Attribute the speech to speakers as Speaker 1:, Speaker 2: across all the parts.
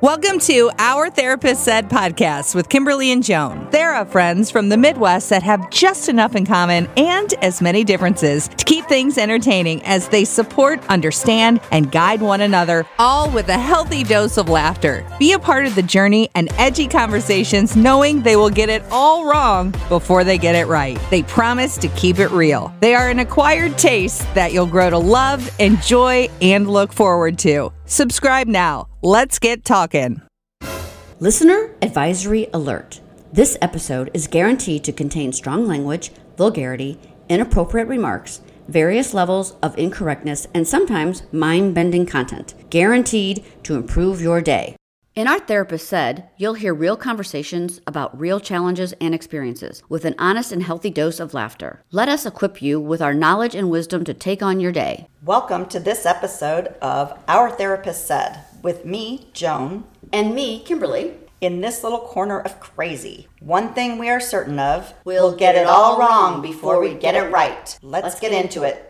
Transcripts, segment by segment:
Speaker 1: Welcome to Our Therapist Said podcast with Kimberly and Joan. They're our friends from the Midwest that have just enough in common and as many differences to keep things entertaining as they support, understand, and guide one another, all with a healthy dose of laughter. Be a part of the journey and edgy conversations, knowing they will get it all wrong before they get it right. They promise to keep it real. They are an acquired taste that you'll grow to love, enjoy, and look forward to. Subscribe now. Let's get talking.
Speaker 2: Listener advisory alert. This episode is guaranteed to contain strong language, vulgarity, inappropriate remarks, various levels of incorrectness, and sometimes mind bending content, guaranteed to improve your day. In Our Therapist Said, you'll hear real conversations about real challenges and experiences with an honest and healthy dose of laughter. Let us equip you with our knowledge and wisdom to take on your day.
Speaker 3: Welcome to this episode of Our Therapist Said with me, Joan.
Speaker 2: And me, Kimberly.
Speaker 3: In this little corner of crazy, one thing we are certain of we'll, get, it all wrong before we get it right. Let's, get, into it.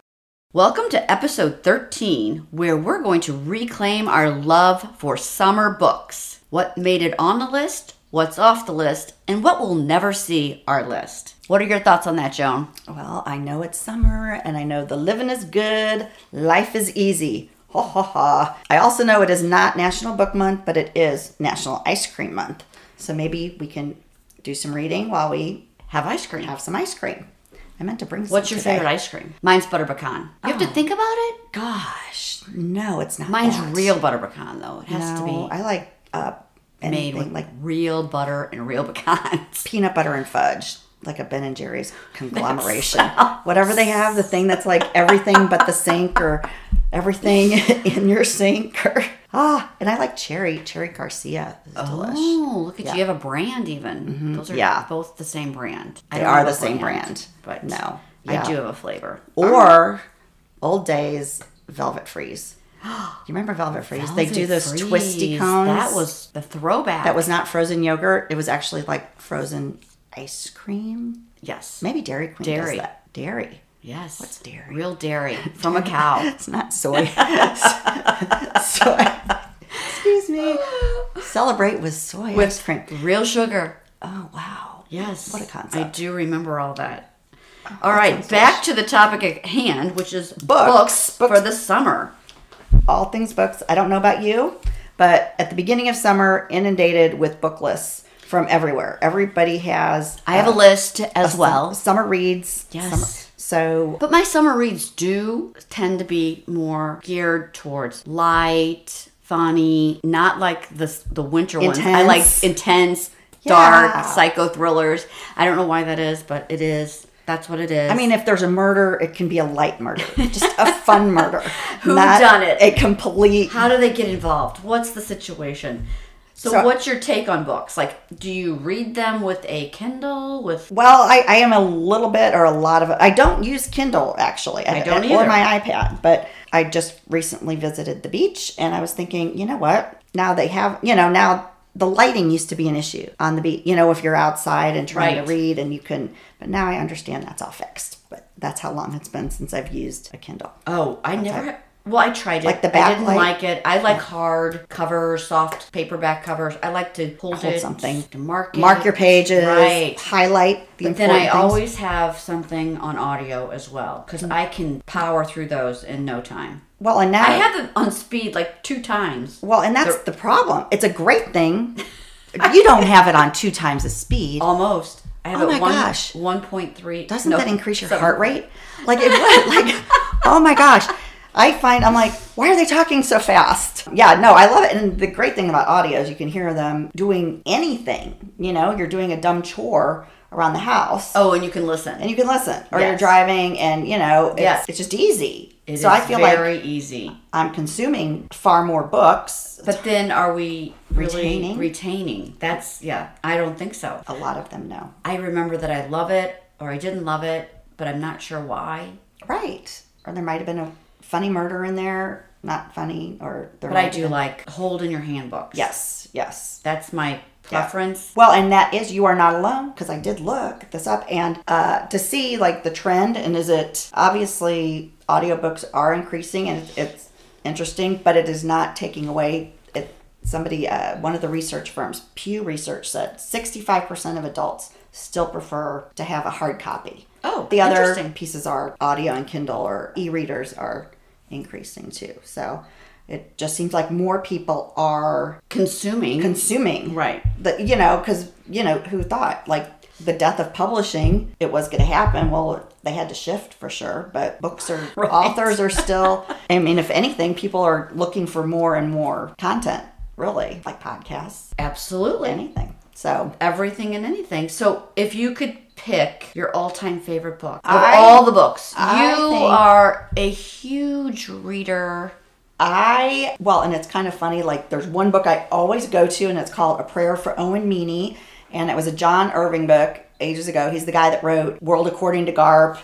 Speaker 2: Welcome to episode 13, where we're going to reclaim our love for summer books. What made it on the list, what's off the list, and what will never see our list. What are your thoughts on that, Joan?
Speaker 3: Well, I know it's summer and I know the living is good, life is easy. Ha ha ha. I also know it is not National Book Month, but it is National Ice Cream Month. So maybe we can do some reading while we
Speaker 2: Have ice cream.
Speaker 3: have some ice cream. I meant to bring some.
Speaker 2: What's your
Speaker 3: today. Oh.
Speaker 2: favorite ice cream? Mine's butter pecan. You have to think about it.
Speaker 3: Gosh, no, it's not.
Speaker 2: Mine's
Speaker 3: that.
Speaker 2: real butter pecan though. It has
Speaker 3: No,
Speaker 2: to be
Speaker 3: I like uh,
Speaker 2: made
Speaker 3: anything
Speaker 2: with
Speaker 3: like
Speaker 2: like real butter and real pecans.
Speaker 3: peanut butter and fudge, like a Ben and Jerry's conglomeration. Whatever they have, the thing that's like everything but the sink or everything in your sink or ah, and I like cherry, cherry Garcia. is delish.
Speaker 2: Oh, look at you! You have a brand even. Those are
Speaker 3: Mm-hmm. Yeah.
Speaker 2: both the same brand. I
Speaker 3: They
Speaker 2: don't
Speaker 3: are
Speaker 2: have a
Speaker 3: the same brand,
Speaker 2: but
Speaker 3: no.
Speaker 2: I
Speaker 3: Yeah.
Speaker 2: do have a flavor.
Speaker 3: Or old days velvet freeze. You remember velvet freeze? they do
Speaker 2: Velvet
Speaker 3: those
Speaker 2: Freeze.
Speaker 3: twisty cones.
Speaker 2: That was the throwback.
Speaker 3: that was not frozen yogurt. It was actually like frozen ice cream.
Speaker 2: yes,
Speaker 3: Maybe Dairy Queen
Speaker 2: Dairy.
Speaker 3: does that. Dairy.
Speaker 2: yes. What's
Speaker 3: dairy?
Speaker 2: Real dairy from a cow.
Speaker 3: It's not soy. soy. Excuse me. Celebrate with soy ice cream.
Speaker 2: Real sugar.
Speaker 3: Oh wow.
Speaker 2: Yes.
Speaker 3: What a
Speaker 2: I
Speaker 3: concept. Oh,
Speaker 2: do remember all that. all right, back to the topic at hand, which is books,
Speaker 3: Books,
Speaker 2: for the summer.
Speaker 3: All things books. I don't know about you, but at the beginning of summer, inundated with book lists from everywhere. Everybody has.
Speaker 2: I have a
Speaker 3: uh,
Speaker 2: list as well.
Speaker 3: Summer reads.
Speaker 2: Yes.
Speaker 3: summer- so
Speaker 2: But my summer reads do tend to be more geared towards light, funny, not like the the winter ones. I
Speaker 3: Intense.
Speaker 2: like intense, dark
Speaker 3: Yeah.
Speaker 2: psycho thrillers. I don't know why that is, but it is. That's what it is.
Speaker 3: I mean, if there's a murder, it can be a light murder, just a fun murder. Who
Speaker 2: done it?
Speaker 3: A complete.
Speaker 2: how do they get involved? What's the situation? So,
Speaker 3: So-
Speaker 2: what's your take on books? Like, do you read them with a Kindle? With
Speaker 3: Well, I, I am a little bit or a lot of. I don't use Kindle actually. I
Speaker 2: don't
Speaker 3: Or
Speaker 2: either.
Speaker 3: my iPad. But I just recently visited the beach and I was thinking, you know what? Now they have, you know, now the lighting used to be an issue on the beach, you know, if you're outside and trying
Speaker 2: Right.
Speaker 3: to read and you can. But now I understand that's all fixed. But that's how long it's been since I've used a Kindle.
Speaker 2: oh, I never. Well, I tried it.
Speaker 3: Like the
Speaker 2: I didn't
Speaker 3: backlight?
Speaker 2: like it. I like hard covers, soft paperback covers. I like to hold,
Speaker 3: Hold
Speaker 2: it,
Speaker 3: something.
Speaker 2: to mark it,
Speaker 3: Mark your pages,
Speaker 2: Right.
Speaker 3: highlight the
Speaker 2: But then
Speaker 3: important Hmm.
Speaker 2: I
Speaker 3: things.
Speaker 2: always have something on audio as well because I can power through those in no time.
Speaker 3: well, and now
Speaker 2: I have them on speed like two times.
Speaker 3: Well, and that's the problem. It's a great thing. you don't have it on two times the speed.
Speaker 2: Almost. I have
Speaker 3: Oh
Speaker 2: it
Speaker 3: my
Speaker 2: one,
Speaker 3: gosh.
Speaker 2: 1.3.
Speaker 3: Doesn't
Speaker 2: no,
Speaker 3: that increase your
Speaker 2: seven.
Speaker 3: heart rate? Like it would. Like, oh my gosh. I find I'm like, why are they talking so fast? Yeah, no, I love it. And the great thing about audio is you can hear them doing anything. You know, you're doing a dumb chore around the house.
Speaker 2: Oh, and you can listen.
Speaker 3: And you can listen, or you're
Speaker 2: Yes.
Speaker 3: driving, and you know, it's,
Speaker 2: Yes.
Speaker 3: it's just easy.
Speaker 2: It
Speaker 3: so I
Speaker 2: is
Speaker 3: feel like
Speaker 2: very easy.
Speaker 3: I'm consuming far more books.
Speaker 2: But then are we really
Speaker 3: Retaining?
Speaker 2: retaining? That's, yeah, I don't think so.
Speaker 3: A lot of them know.
Speaker 2: I remember that I love it or I didn't love it, but I'm not sure why.
Speaker 3: Right. Or there might have been a funny murder in there. Not funny, or there
Speaker 2: But
Speaker 3: might
Speaker 2: I
Speaker 3: have
Speaker 2: do
Speaker 3: been-
Speaker 2: like hold in your handbooks.
Speaker 3: Yes, yes.
Speaker 2: That's my preference.
Speaker 3: Well, and that is you are not alone because I did look this up and uh, to see like the trend and is it obviously audiobooks are increasing and it's, it's interesting, but it is not taking away it somebody, uh, one of the research firms, Pew Research, said 65% of adults still prefer to have a hard copy.
Speaker 2: Oh,
Speaker 3: the other
Speaker 2: interesting.
Speaker 3: pieces are audio and Kindle or e readers are increasing too. So it just seems like more people are
Speaker 2: Consuming.
Speaker 3: consuming.
Speaker 4: Right.
Speaker 3: The, you know, because, you know, who thought? Like, the death of publishing, it was going to happen. Well, they had to shift for sure, but books are, authors are still, I mean, if anything, people are looking for more and more content, really, like podcasts,
Speaker 2: Absolutely.
Speaker 3: anything. So,
Speaker 2: Everything and anything. So if you could pick your all-time favorite book of
Speaker 3: I-
Speaker 2: all the books,
Speaker 3: I
Speaker 2: you
Speaker 3: think-
Speaker 2: are a huge reader.
Speaker 3: I, well, and it's kind of funny, like, there's one book I always go to, and it's called A Prayer for Owen Meany, and it was a John Irving book ages ago. He's the guy that wrote World According to Garp.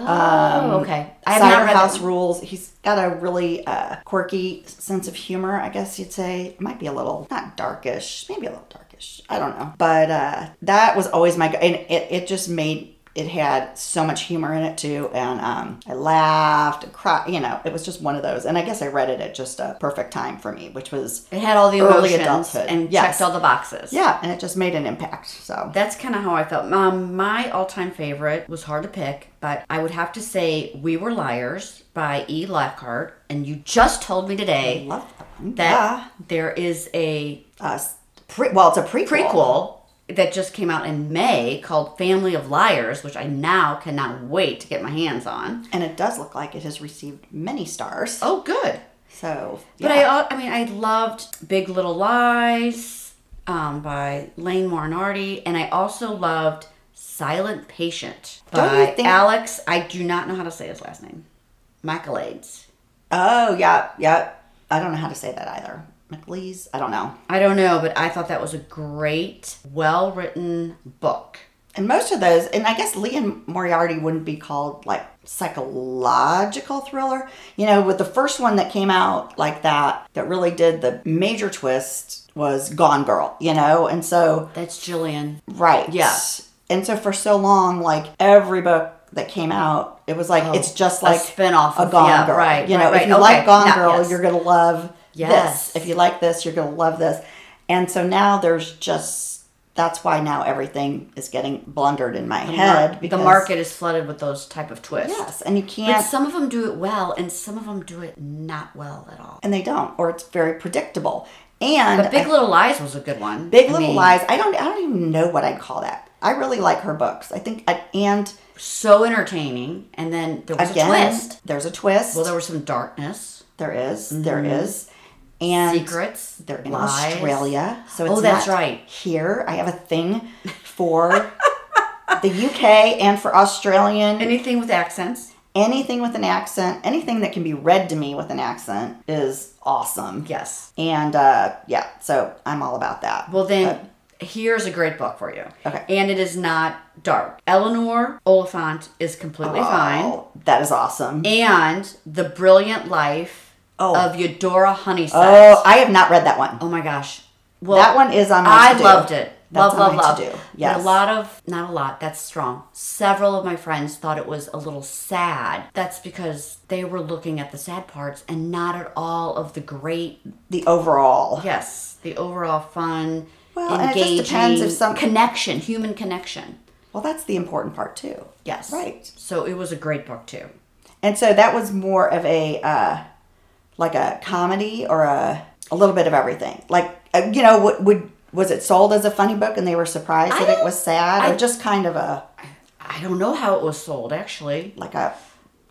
Speaker 2: Oh, okay. I have
Speaker 3: Cider
Speaker 2: not read
Speaker 3: House
Speaker 2: that.
Speaker 3: Rules. He's got a really uh, quirky sense of humor, I guess you'd say. Might be a little, not darkish, maybe a little darkish. I don't know. But uh, that was always my, go- and it, it just made, it had so much humor in it too. And um, I laughed and cried, you know, it was just one of those. And I guess I read it at just a perfect time for me, which was,
Speaker 2: It had all the
Speaker 3: Early
Speaker 2: emotions
Speaker 3: adulthood.
Speaker 2: and
Speaker 3: Yes.
Speaker 2: checked all the boxes.
Speaker 3: yeah, and it just made an impact. So,
Speaker 2: That's kind of how I felt. Um, my all-time favorite was hard to pick, but I would have to say "We Were Liars" by E. Lockhart. And you just told me today
Speaker 3: love that one.
Speaker 2: that there is a
Speaker 3: Uh, s- pre- well, it's a prequel.
Speaker 2: prequel that just came out in May called Family of Liars, which I now cannot wait to get my hands on.
Speaker 3: And it does look like it has received many stars.
Speaker 2: Oh, good.
Speaker 3: So,
Speaker 2: But
Speaker 3: yeah.
Speaker 2: I, al- I mean, I loved Big Little Lies um, by Lane Morinardi, and I also loved Silent Patient
Speaker 3: Don't
Speaker 2: by
Speaker 3: you think-
Speaker 2: Alex. I do not know how to say his last name. Macalades.
Speaker 3: Oh, yeah, yeah. I don't know how to say that either. McLeese? I don't know.
Speaker 2: I don't know, but I thought that was a great, well written book.
Speaker 3: And most of those, and I guess Lee and Moriarty wouldn't be called like psychological thriller. You know, with the first one that came out like that, that really did the major twist was Gone Girl, you know? And so,
Speaker 2: That's Jillian.
Speaker 3: right.
Speaker 2: Yes.
Speaker 3: And so for so long, like every book that came out, it was like, it's just
Speaker 2: Oh, a
Speaker 3: like
Speaker 2: spin-off
Speaker 3: a
Speaker 2: of-
Speaker 3: Gone
Speaker 2: yeah,
Speaker 3: Girl.
Speaker 2: right,
Speaker 3: You know,
Speaker 2: right,
Speaker 3: if
Speaker 2: right.
Speaker 3: you
Speaker 2: Okay,
Speaker 3: like Gone
Speaker 2: now-
Speaker 3: Girl,
Speaker 2: yes.
Speaker 3: you're going to love
Speaker 2: Yes.
Speaker 3: this. If you like this, you're going to love this. And so now there's just that's why now everything is getting blundered in my head
Speaker 2: the market is flooded with those type of twists.
Speaker 3: Yes, and you
Speaker 2: But
Speaker 3: can't
Speaker 2: some of them do it well, and some of them do it not well at all.
Speaker 3: and they don't or it's very predictable. And
Speaker 2: But Big
Speaker 3: I-
Speaker 2: Little Lies was a good one.
Speaker 3: Big
Speaker 2: I
Speaker 3: Little
Speaker 2: mean,
Speaker 3: Lies, I don't I don't even know what I'd call that. I really like her books. I think I, and
Speaker 2: So entertaining, and then there was
Speaker 3: again
Speaker 2: a twist.
Speaker 3: there's a twist.
Speaker 2: Well, there Mm-hmm. was some darkness,
Speaker 3: there is, there is. And
Speaker 2: secrets.
Speaker 3: They're in
Speaker 2: lies.
Speaker 3: Australia, so it's
Speaker 2: Oh, that's
Speaker 3: not
Speaker 2: right.
Speaker 3: Here, I have a thing for the UK and for Australian.
Speaker 2: Anything with accents.
Speaker 3: anything with an accent, anything that can be read to me with an accent is awesome.
Speaker 2: Yes.
Speaker 3: And uh, yeah, so I'm all about that.
Speaker 2: Well, then here's a great book for you.
Speaker 3: Okay.
Speaker 2: And it is not dark. Eleanor Oliphant is completely fine,
Speaker 3: Oh, that is awesome.
Speaker 2: and The Brilliant Life
Speaker 3: Oh.
Speaker 2: of Eudora Honeysett.
Speaker 3: Oh, I have not read that one.
Speaker 2: Oh my gosh. Well,
Speaker 3: that one is on my
Speaker 2: I
Speaker 3: to-do.
Speaker 2: loved it.
Speaker 3: That's
Speaker 2: love, love,
Speaker 3: on my
Speaker 2: love.
Speaker 3: to-do.
Speaker 2: But
Speaker 3: Yes.
Speaker 2: A lot of, not a lot, that's strong. Several of my friends thought it was a little sad. That's because they were looking at the sad parts and not at all of the great,
Speaker 3: The overall.
Speaker 2: yes, the overall fun,
Speaker 3: Well, and it just
Speaker 2: engaging
Speaker 3: depends if some-
Speaker 2: connection, human connection.
Speaker 3: Well, that's the important part too.
Speaker 2: Yes.
Speaker 3: Right.
Speaker 2: So it was a great book, too.
Speaker 3: And so that was more of a uh, like a comedy or a a little bit of everything. Like uh, you know, would, would was it sold as a funny book and they were surprised that it
Speaker 2: don't-
Speaker 3: was sad, or
Speaker 2: I-
Speaker 3: just kind of a
Speaker 2: I don't know how it was sold, actually.
Speaker 3: like a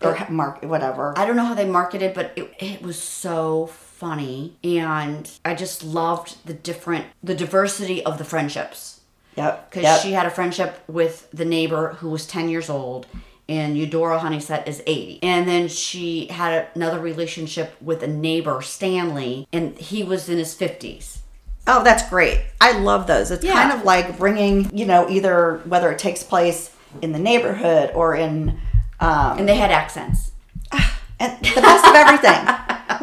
Speaker 3: or ha- mark whatever.
Speaker 2: I don't know how they marketed, but it, it was so funny, and I just loved the different, the diversity of the friendships.
Speaker 3: yep.
Speaker 2: Because
Speaker 3: yep.
Speaker 2: she had a friendship with the neighbor who was ten years old, and Eudora Honeysett is eighty, and then she had another relationship with a neighbor, Stanley, and he was in his fifties.
Speaker 3: Oh, that's great. I love those. It's
Speaker 2: Yeah.
Speaker 3: kind of like bringing you know either whether it takes place in the neighborhood or in um,
Speaker 2: And they had accents.
Speaker 3: and the best of everything.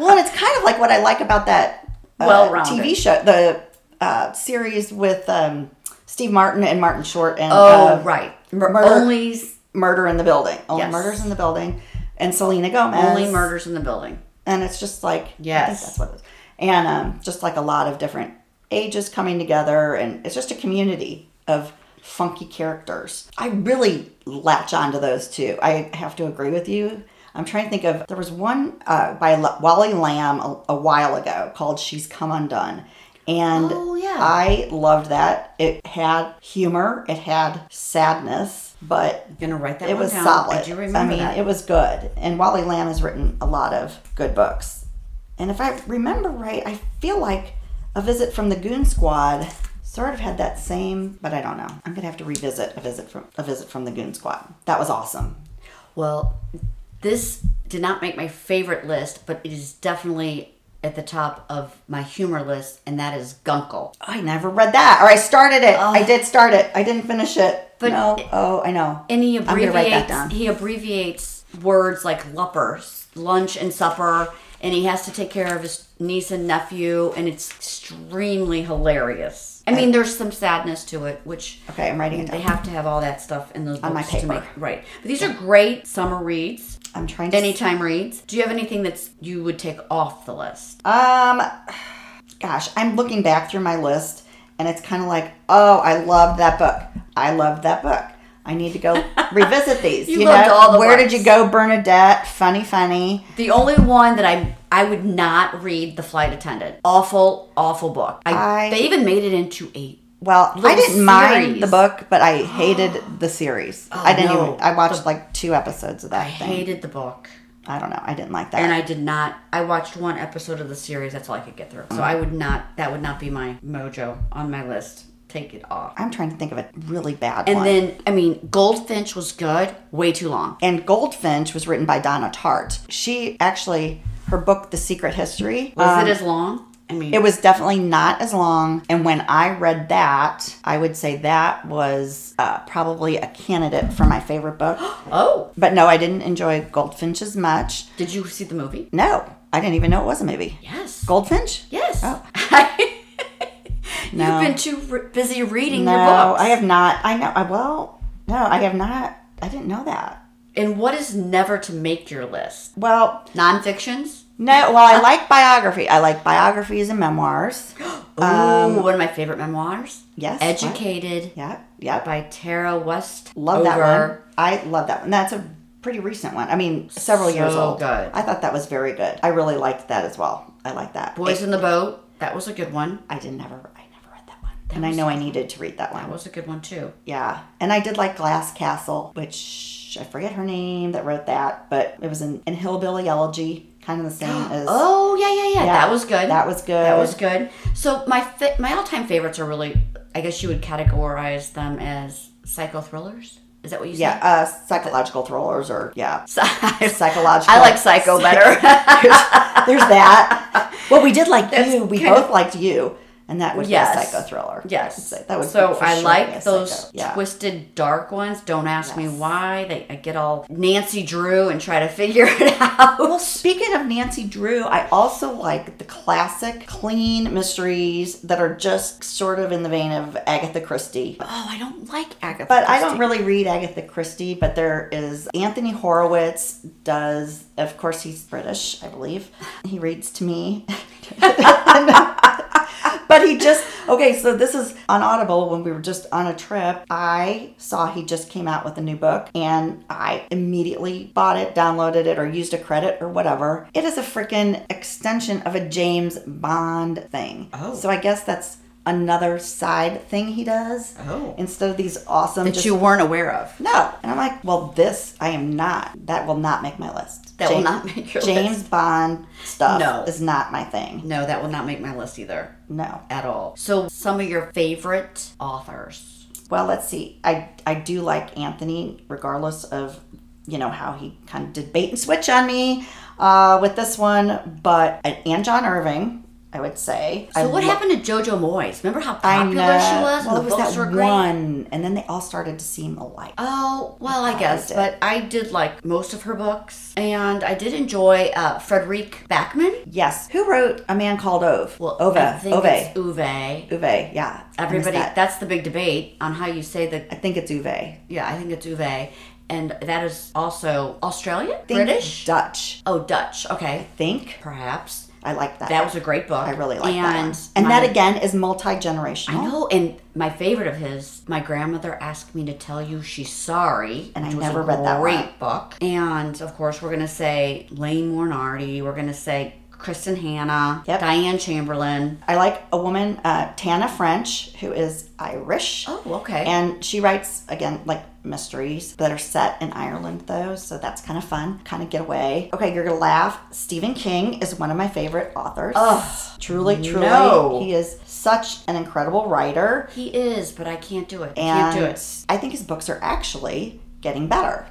Speaker 3: Well, and it's kind of like what I like about that uh,
Speaker 2: Well-rounded.
Speaker 3: TV show, the uh, series with um, Steve Martin and Martin Short and
Speaker 2: Oh,
Speaker 3: uh,
Speaker 2: right.
Speaker 3: Mur- Murder,
Speaker 2: only
Speaker 3: Murder in the Building, only
Speaker 2: Yes.
Speaker 3: murders in the building, and Selena Gomez,
Speaker 2: only murders in the building.
Speaker 3: and it's just like I think
Speaker 2: Yes.
Speaker 3: that's what it is. and um, just like a lot of different ages coming together and it's just a community of funky characters i really latch onto those too i have to agree with you i'm trying to think of there was one uh, by L- wally lamb a, a while ago called she's come undone and
Speaker 2: Oh, yeah.
Speaker 3: i loved that it had humor it had sadness but
Speaker 2: gonna write that
Speaker 3: it
Speaker 2: one
Speaker 3: was
Speaker 2: down.
Speaker 3: solid.
Speaker 2: I do remember
Speaker 3: mean,
Speaker 2: that.
Speaker 3: it was good. And Wally Lamb has written a lot of good books. And if I remember right, I feel like a visit from the Goon Squad sort of had that same, but I don't know. I'm gonna have to revisit a visit from a visit from the Goon Squad. That was awesome.
Speaker 2: Well, this did not make my favorite list, but it is definitely at the top of my humor list, and that is Gunkle.
Speaker 3: I never read that, or I started it. I did start it. I didn't finish it.
Speaker 2: But-
Speaker 3: no, oh, I know.
Speaker 2: And he
Speaker 3: I'm gonna
Speaker 2: abbreviates.
Speaker 3: write that down.
Speaker 2: He abbreviates words like lupper, s- lunch and supper, and he has to take care of his niece and nephew, and it's extremely hilarious. I mean, there's some sadness to it, which
Speaker 3: Okay, I'm writing it
Speaker 2: they
Speaker 3: down.
Speaker 2: have to have all that stuff in those books
Speaker 3: On my
Speaker 2: to
Speaker 3: paper.
Speaker 2: make right. But these are great summer reads,
Speaker 3: I'm trying to
Speaker 2: anytime reads. Do you have anything that's you would take off the list?
Speaker 3: Um, gosh, I'm looking back through my list, and it's kind of like, oh, I love that book. I love that book. I need to go revisit these.
Speaker 2: You
Speaker 3: you
Speaker 2: loved
Speaker 3: know,
Speaker 2: all the
Speaker 3: where
Speaker 2: ones.
Speaker 3: did you go, Bernadette? Funny, funny.
Speaker 2: The only one that I I would not read, The Flight Attendant. Awful, awful book. I,
Speaker 3: I-
Speaker 2: they even made it into a
Speaker 3: Well, I
Speaker 2: Little
Speaker 3: didn't mind
Speaker 2: series. Oh,
Speaker 3: the book, but I hated the series. I didn't
Speaker 2: no.
Speaker 3: even. I watched like two episodes of that
Speaker 2: I
Speaker 3: thing.
Speaker 2: hated the book.
Speaker 3: I don't know. I didn't like that.
Speaker 2: And I did not. I watched one episode of the series. That's all I could get through.
Speaker 3: Mm.
Speaker 2: So I would not. That would not be my mojo on my list. Take it off.
Speaker 3: I'm trying to think of a really bad
Speaker 2: And
Speaker 3: one.
Speaker 2: then, I mean, Goldfinch was good. Way too long.
Speaker 3: and Goldfinch was written by Donna Tartt. She actually, her book, The Secret History,
Speaker 2: Was
Speaker 3: um,
Speaker 2: it as long? I mean,
Speaker 3: It was definitely not as long. And when I read that, I would say that was uh, probably a candidate for my favorite book.
Speaker 2: Oh,
Speaker 3: But no, I didn't enjoy Goldfinch as much.
Speaker 2: did you see the movie?
Speaker 3: No, I didn't even know it was a movie.
Speaker 2: Yes.
Speaker 3: Goldfinch?
Speaker 2: Yes.
Speaker 3: Oh.
Speaker 2: You've
Speaker 3: No.
Speaker 2: been too re- busy reading
Speaker 3: No,
Speaker 2: your books.
Speaker 3: I have not. I know. I well, no, I have not. I didn't know that.
Speaker 2: And what is never to make your list?
Speaker 3: Well,
Speaker 2: Nonfictions.
Speaker 3: no. Well, I like biography. I like biographies and memoirs.
Speaker 2: Ooh, Um, one of my favorite memoirs.
Speaker 3: Yes, what?
Speaker 2: Educated
Speaker 3: Yep. Yep.
Speaker 2: by Tara West.
Speaker 3: Love that one. I love that one. That's a pretty recent one. I mean, several
Speaker 2: So
Speaker 3: years old.
Speaker 2: good.
Speaker 3: I thought that was very good. I really liked that as well. I like that.
Speaker 2: Boys
Speaker 3: It-
Speaker 2: in the Boat. That was a good one.
Speaker 3: I didn't ever. I never read that one, and I know I needed to read that
Speaker 2: That
Speaker 3: one.
Speaker 2: was a good one too.
Speaker 3: Yeah, and I did like Glass Castle, which I forget her name that wrote that, but it was an, an hillbilly elegy, kind of the same as.
Speaker 2: Oh yeah, yeah, yeah.
Speaker 3: Yeah,
Speaker 2: That was good.
Speaker 3: that was good.
Speaker 2: That was good. So my fa- my all time favorites are really. I guess you would categorize them as psycho thrillers. Is that what you
Speaker 3: Yeah,
Speaker 2: said?
Speaker 3: uh, psychological thrillers, or yeah, psychological.
Speaker 2: I like psycho better.
Speaker 3: There's that. Well, we did like you. We
Speaker 2: kind
Speaker 3: both liked you, and that would
Speaker 2: Yes.
Speaker 3: be a psycho thriller.
Speaker 2: yes,
Speaker 3: That would- that would.
Speaker 2: So
Speaker 3: for
Speaker 2: I
Speaker 3: sure be a
Speaker 2: like
Speaker 3: psycho.
Speaker 2: those
Speaker 3: Yeah.
Speaker 2: twisted dark ones. Don't ask me why. They I get all Nancy Drew and try to figure it out.
Speaker 3: Well, Oh, speaking of Nancy Drew, I also like the classic clean mysteries that are just sort of in the vein of Agatha Christie.
Speaker 2: Oh, I don't like Agatha.
Speaker 3: But I don't
Speaker 2: Christie.
Speaker 3: really read Agatha Christie, but there is Anthony Horowitz does of course he's British, I believe. He reads to me. but he just okay, so this is on Audible when we were just on a trip. I saw he just came out with a new book and I immediately bought it, downloaded it, or used a credit or whatever. It is a freaking extension of a James Bond thing.
Speaker 2: Oh.
Speaker 3: So I guess that's another side thing he does
Speaker 2: Oh.
Speaker 3: instead of these awesome
Speaker 2: that
Speaker 3: just-
Speaker 2: you weren't aware of.
Speaker 3: no and i'm like well this i am not that will not make my list
Speaker 2: That will
Speaker 3: Jam-
Speaker 2: not make your
Speaker 3: james
Speaker 2: list.
Speaker 3: bond stuff
Speaker 2: No.
Speaker 3: is not my thing
Speaker 2: No, that will not make my list either.
Speaker 3: no
Speaker 2: at all. So, some of your favorite authors.
Speaker 3: well let's see i i do like anthony regardless of you know how he kind of did bait and switch on me uh, with this one but uh, and john irving i would say
Speaker 2: So,
Speaker 3: I
Speaker 2: what
Speaker 3: lo-
Speaker 2: happened to JoJo Moyes? Remember how
Speaker 3: I
Speaker 2: popular she
Speaker 3: know.
Speaker 2: was?
Speaker 3: Well,
Speaker 2: and
Speaker 3: it
Speaker 2: the
Speaker 3: was
Speaker 2: books
Speaker 3: that
Speaker 2: were great.
Speaker 3: one, and then they all started to seem alike.
Speaker 2: Oh, well, I guess,
Speaker 3: did.
Speaker 2: but I did like most of her books, and I did enjoy uh, Frederic Backman.
Speaker 3: Yes. Who wrote A Man Called Ove?
Speaker 2: Well,
Speaker 3: Ove.
Speaker 2: I think
Speaker 3: Ove.
Speaker 2: it's Uwe.
Speaker 3: Uve, yeah. I missed
Speaker 2: Everybody,
Speaker 3: that.
Speaker 2: that's the big debate on how you say the.
Speaker 3: I think it's Uve.
Speaker 2: Yeah, I think it's Uwe, and that is also Australian, British.
Speaker 3: Dutch.
Speaker 2: oh, Dutch. Okay,
Speaker 3: Think.
Speaker 2: perhaps.
Speaker 3: I like that.
Speaker 2: That was a great book.
Speaker 3: I really like
Speaker 2: and
Speaker 3: that. one. And
Speaker 2: my-
Speaker 3: that again is multi generational.
Speaker 2: I know, and my favorite of his, my grandmother asked me to tell you she's sorry,
Speaker 3: And I
Speaker 2: which was a
Speaker 3: never read that
Speaker 2: great
Speaker 3: one.
Speaker 2: book. And of course, we're gonna say Lane Moriarty. We're gonna say Kristen Hanna,
Speaker 3: Yep.
Speaker 2: Diane Chamberlain.
Speaker 3: I like a woman, uh, Tana French, who is Irish.
Speaker 2: Oh, okay.
Speaker 3: And she writes, again, like mysteries that are set in Ireland, though, so that's kind of fun. Kind of get away. Okay, you're going to laugh. Stephen King is one of my favorite authors.
Speaker 2: Ugh,
Speaker 3: truly, truly.
Speaker 2: no.
Speaker 3: He is such an incredible writer.
Speaker 2: he is, but I can't do it. I
Speaker 3: And
Speaker 2: can't do it.
Speaker 3: I think his books are actually getting better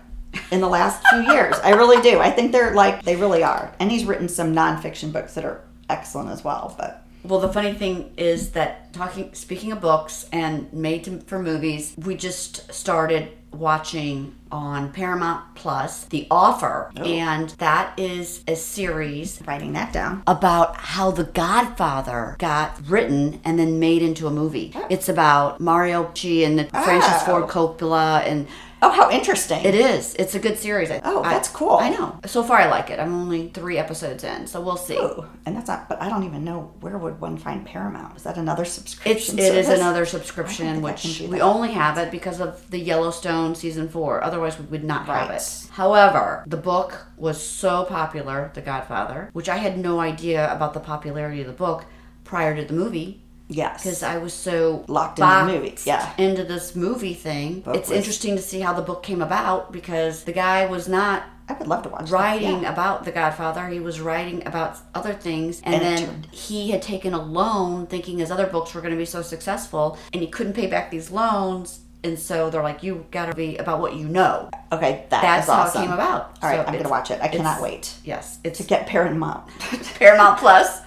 Speaker 3: in the last few years. I really do. I think they're like, they really are. And he's written some nonfiction books that are excellent as well, but.
Speaker 2: Well, the funny thing is that talking, speaking of books and made to, for movies, we just started watching on Paramount Plus The Offer,
Speaker 3: Oh.
Speaker 2: and that is a series
Speaker 3: Writing that down.
Speaker 2: about how The Godfather got written and then made into a movie. It's about Mario Chi and Francis
Speaker 3: Oh.
Speaker 2: Ford Coppola, and
Speaker 3: Oh, how interesting.
Speaker 2: it is. It's a good series. I-
Speaker 3: Oh,
Speaker 2: I-
Speaker 3: that's cool.
Speaker 2: I know. So far, I like it. I'm only three episodes in, so we'll see.
Speaker 3: Ooh, and that's not, but I don't even know where would one find Paramount? Is that another
Speaker 2: It's
Speaker 3: subscription?
Speaker 2: it is
Speaker 3: service?
Speaker 2: another subscription,
Speaker 3: I
Speaker 2: which
Speaker 3: can do
Speaker 2: we
Speaker 3: that.
Speaker 2: only have it because of the Yellowstone season four. Otherwise, we would not have
Speaker 3: Right.
Speaker 2: it. However, the book was so popular, The Godfather, which I had no idea about the popularity of the book prior to the movie because
Speaker 3: Yes.
Speaker 2: I was so
Speaker 3: Locked into the
Speaker 2: boxed
Speaker 3: movie, yeah.
Speaker 2: into this movie thing. it's
Speaker 3: was-
Speaker 2: interesting to see how the book came about because the guy was not
Speaker 3: I would love to watch that.
Speaker 2: writing
Speaker 3: Yeah.
Speaker 2: about the godfather he was writing about other things and,
Speaker 3: And it
Speaker 2: then
Speaker 3: turned-
Speaker 2: he had taken a loan thinking his other books were going to be so successful and he couldn't pay back these loans and so they're like you got to be about what you know
Speaker 3: Okay, that
Speaker 2: that's
Speaker 3: is
Speaker 2: how
Speaker 3: awesome.
Speaker 2: it came about
Speaker 3: All right,
Speaker 2: So
Speaker 3: I'm going to
Speaker 2: it's-
Speaker 3: watch it. I cannot
Speaker 2: it's-
Speaker 3: wait
Speaker 2: yes it's
Speaker 3: to get Paramount.
Speaker 2: paramount plus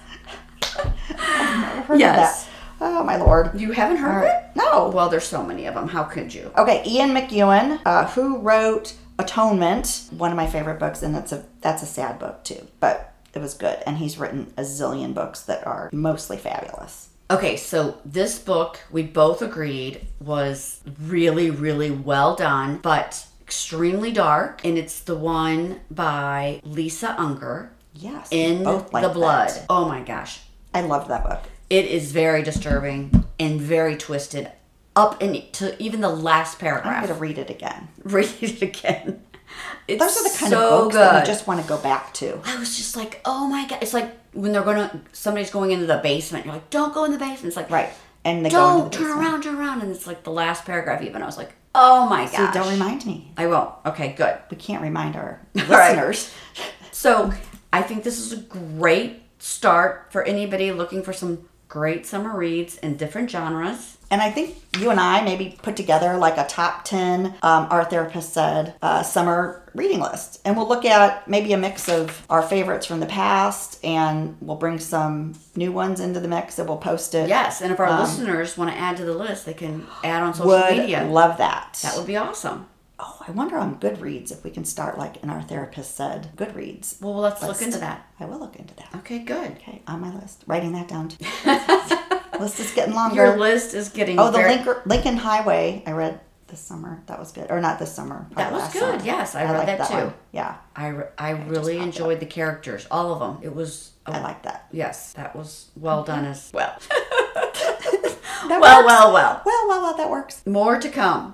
Speaker 3: I've heard of
Speaker 2: Yes.
Speaker 3: that. Oh, my lord.
Speaker 2: you haven't heard of it
Speaker 3: No.
Speaker 2: well there's so many of them how could you
Speaker 3: Okay, Ian McEwan, uh, who wrote Atonement, one of my favorite books, and that's a that's a sad book too, but it was good. And he's written a zillion books that are mostly fabulous.
Speaker 2: Okay, so this book we both agreed was really, really well done, but extremely dark. And it's the one by Lisa Unger
Speaker 3: Yes, we
Speaker 2: in
Speaker 3: both like
Speaker 2: the Blood.
Speaker 3: that.
Speaker 2: Oh my gosh.
Speaker 3: I loved that book.
Speaker 2: It is very disturbing and very twisted, up and to even the last
Speaker 3: I'm
Speaker 2: paragraph.
Speaker 3: going to read it again.
Speaker 2: Read it again. It's
Speaker 3: Those are the kind
Speaker 2: so
Speaker 3: of books
Speaker 2: good.
Speaker 3: that you just want to go back to.
Speaker 2: I was just like, oh my god! It's like when they're gonna somebody's going into the basement. You're like, don't go in the basement. It's like
Speaker 3: Right. And they go
Speaker 2: don't
Speaker 3: into the
Speaker 2: turn
Speaker 3: basement.
Speaker 2: around, turn around, and it's like the last paragraph. Even I was like, oh my
Speaker 3: See,
Speaker 2: gosh!
Speaker 3: don't remind me.
Speaker 2: I won't. Okay, good.
Speaker 3: We can't remind our
Speaker 2: right.
Speaker 3: listeners.
Speaker 2: So I think this is a great start for anybody looking for some great summer reads in different genres.
Speaker 3: And I think you and I maybe put together like a top 10, um, our therapist said, uh, summer reading list. And we'll look at maybe a mix of our favorites from the past and we'll bring some new ones into the mix and we'll post it.
Speaker 2: Yes, and if our listeners want to add to the list, they can add on social
Speaker 3: Um, Would
Speaker 2: media.
Speaker 3: love that.
Speaker 2: that would be awesome.
Speaker 3: oh, I wonder on Goodreads if we can start like in our therapist said Goodreads.
Speaker 2: Well, let's
Speaker 3: list.
Speaker 2: look into that.
Speaker 3: I will look into that.
Speaker 2: Okay, good.
Speaker 3: Okay, on my list. Writing that down. too. list is getting longer.
Speaker 2: Your list is getting
Speaker 3: oh, the
Speaker 2: very-
Speaker 3: Linker- Lincoln Highway. I read this summer. That was good, or not this summer. probably
Speaker 2: That was
Speaker 3: last
Speaker 2: good.
Speaker 3: summer.
Speaker 2: Yes, I read
Speaker 3: liked
Speaker 2: that too.
Speaker 3: one. Yeah,
Speaker 2: I, re- I really enjoyed the characters, all of them. It was a
Speaker 3: I like that.
Speaker 2: Yes, that was well done as well.
Speaker 3: That
Speaker 2: well,
Speaker 3: works.
Speaker 2: well, well.
Speaker 3: Well, well, well. That works.
Speaker 2: More to come.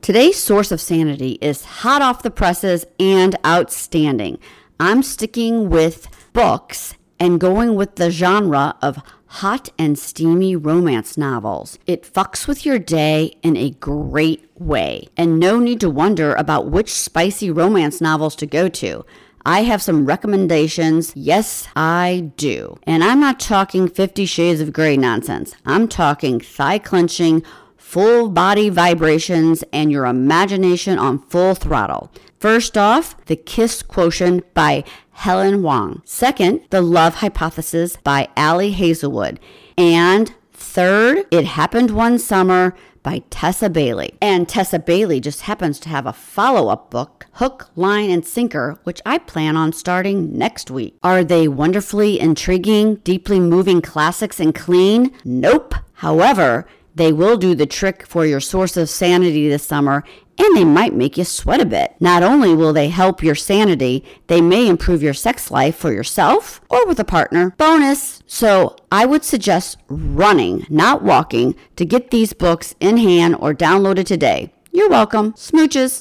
Speaker 2: Today's source of sanity is hot off the presses and outstanding. I'm sticking with books and going with the genre of hot and steamy romance novels. It fucks with your day in a great way, and no need to wonder about which spicy romance novels to go to. I have some recommendations. Yes, I do. And I'm not talking 50 shades of gray nonsense. I'm talking thigh clenching, full body vibrations, and your imagination on full throttle. First off, The Kiss Quotient by Helen Wang. Second, The Love Hypothesis by Allie Hazelwood. And Third, It Happened One Summer by Tessa Bailey. And Tessa Bailey just happens to have a follow up book, Hook, Line, and Sinker, which I plan on starting next week. Are they wonderfully intriguing, deeply moving classics and clean? Nope. However, they will do the trick for your source of sanity this summer and they might make you sweat a bit. Not only will they help your sanity, they may improve your sex life for yourself or with a partner. Bonus! So I would suggest running, not walking, to get these books in hand or downloaded today. You're welcome. Smooches.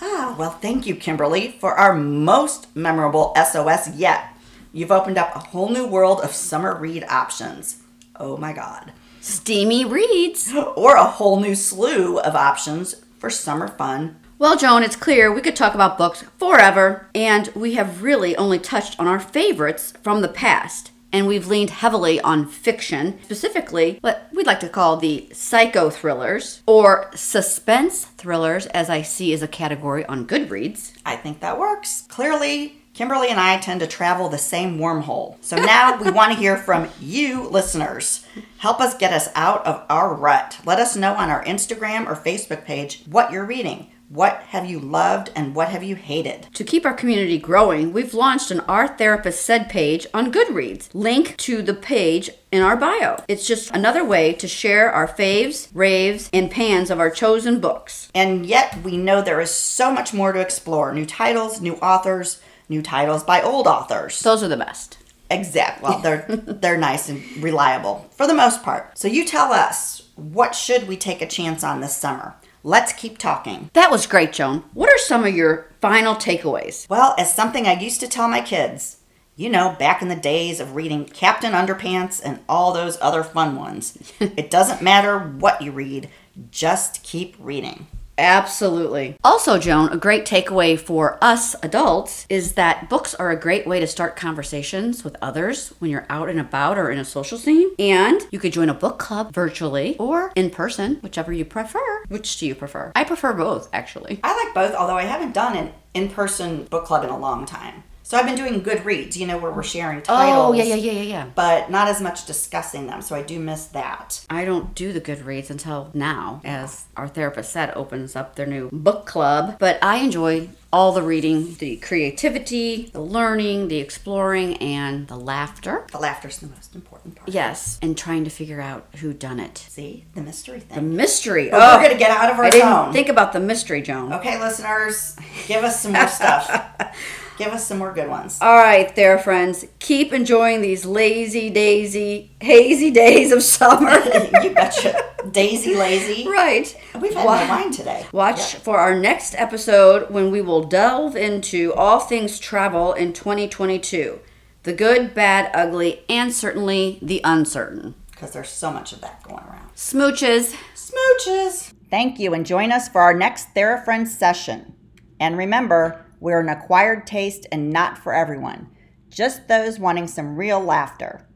Speaker 3: Ah, well, thank you, Kimberly, for our most memorable SOS yet. You've opened up a whole new world of summer read options. Oh my God.
Speaker 2: Steamy reads.
Speaker 3: Or a whole new slew of options for summer fun.
Speaker 2: Well, Joan, it's clear we could talk about books forever, and we have really only touched on our favorites from the past. And we've leaned heavily on fiction, specifically what we'd like to call the psycho thrillers or suspense thrillers, as I see as a category on Goodreads.
Speaker 3: I think that works. Clearly, Kimberly and I tend to travel the same wormhole. So now we want to hear from you, listeners. Help us get us out of our rut. Let us know on our Instagram or Facebook page what you're reading. What have you loved and what have you hated?
Speaker 2: To keep our community growing, we've launched an Our Therapist Said page on Goodreads. Link to the page in our bio. It's just another way to share our faves, raves, and pans of our chosen books.
Speaker 3: And yet we know there is so much more to explore new titles, new authors, new titles by old authors.
Speaker 2: Those are the best.
Speaker 3: Exact. Well, they're they're nice and reliable for the most part. So you tell us, what should we take a chance on this summer? Let's keep talking.
Speaker 2: That was great, Joan. What are some of your final takeaways?
Speaker 3: Well, as something I used to tell my kids, you know, back in the days of reading Captain Underpants and all those other fun ones, it doesn't matter what you read, just keep reading.
Speaker 2: Absolutely. Also, Joan, a great takeaway for us adults is that books are a great way to start conversations with others when you're out and about or in a social scene. And you could join a book club virtually or in person, whichever you prefer. Which do you prefer? I prefer both, actually.
Speaker 3: I like both, although I haven't done an in-person book club in a long time. So I've been doing Goodreads, you know, where we're sharing titles.
Speaker 2: Oh, yeah, yeah, yeah, yeah, yeah.
Speaker 3: But not as much discussing them, so I do miss that.
Speaker 2: I don't do the Goodreads until now, as our therapist said, opens up their new book club. But I enjoy all the reading, the creativity, the learning, the exploring, and the laughter.
Speaker 3: The laughter's the most important part.
Speaker 2: Yes, and trying to figure out who done it.
Speaker 3: See, the mystery thing.
Speaker 2: The mystery. Oh,
Speaker 3: But we're going to get out of our
Speaker 2: I
Speaker 3: zone.
Speaker 2: didn't think about the mystery, Joan.
Speaker 3: Oh, okay, listeners, give us some more stuff. Give us some more good ones.
Speaker 2: All right, there, friends. Keep enjoying these lazy, daisy, hazy days of summer.
Speaker 3: you betcha. Daisy Lazy.
Speaker 2: right.
Speaker 3: We've had no wine today.
Speaker 2: Watch for our next episode when we will delve into all things travel in 2022 the good, bad, ugly, and certainly the uncertain.
Speaker 3: Because there's so much of that going around.
Speaker 2: Smooches.
Speaker 3: Smooches. Thank you, and join us for our next TheraFriends session. And remember, we're an acquired taste and not for everyone, just those wanting some real laughter.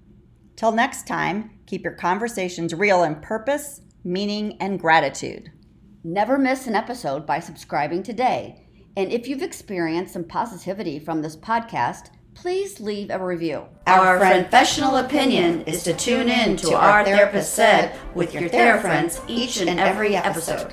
Speaker 3: Till next time, keep your conversations real in purpose, meaning, and gratitude.
Speaker 2: Never miss an episode by subscribing today. And if you've experienced some positivity from this podcast, please leave a review.
Speaker 3: Our
Speaker 2: professional opinion is to tune in to Our Therapist Said with your Therafriends each and every episode.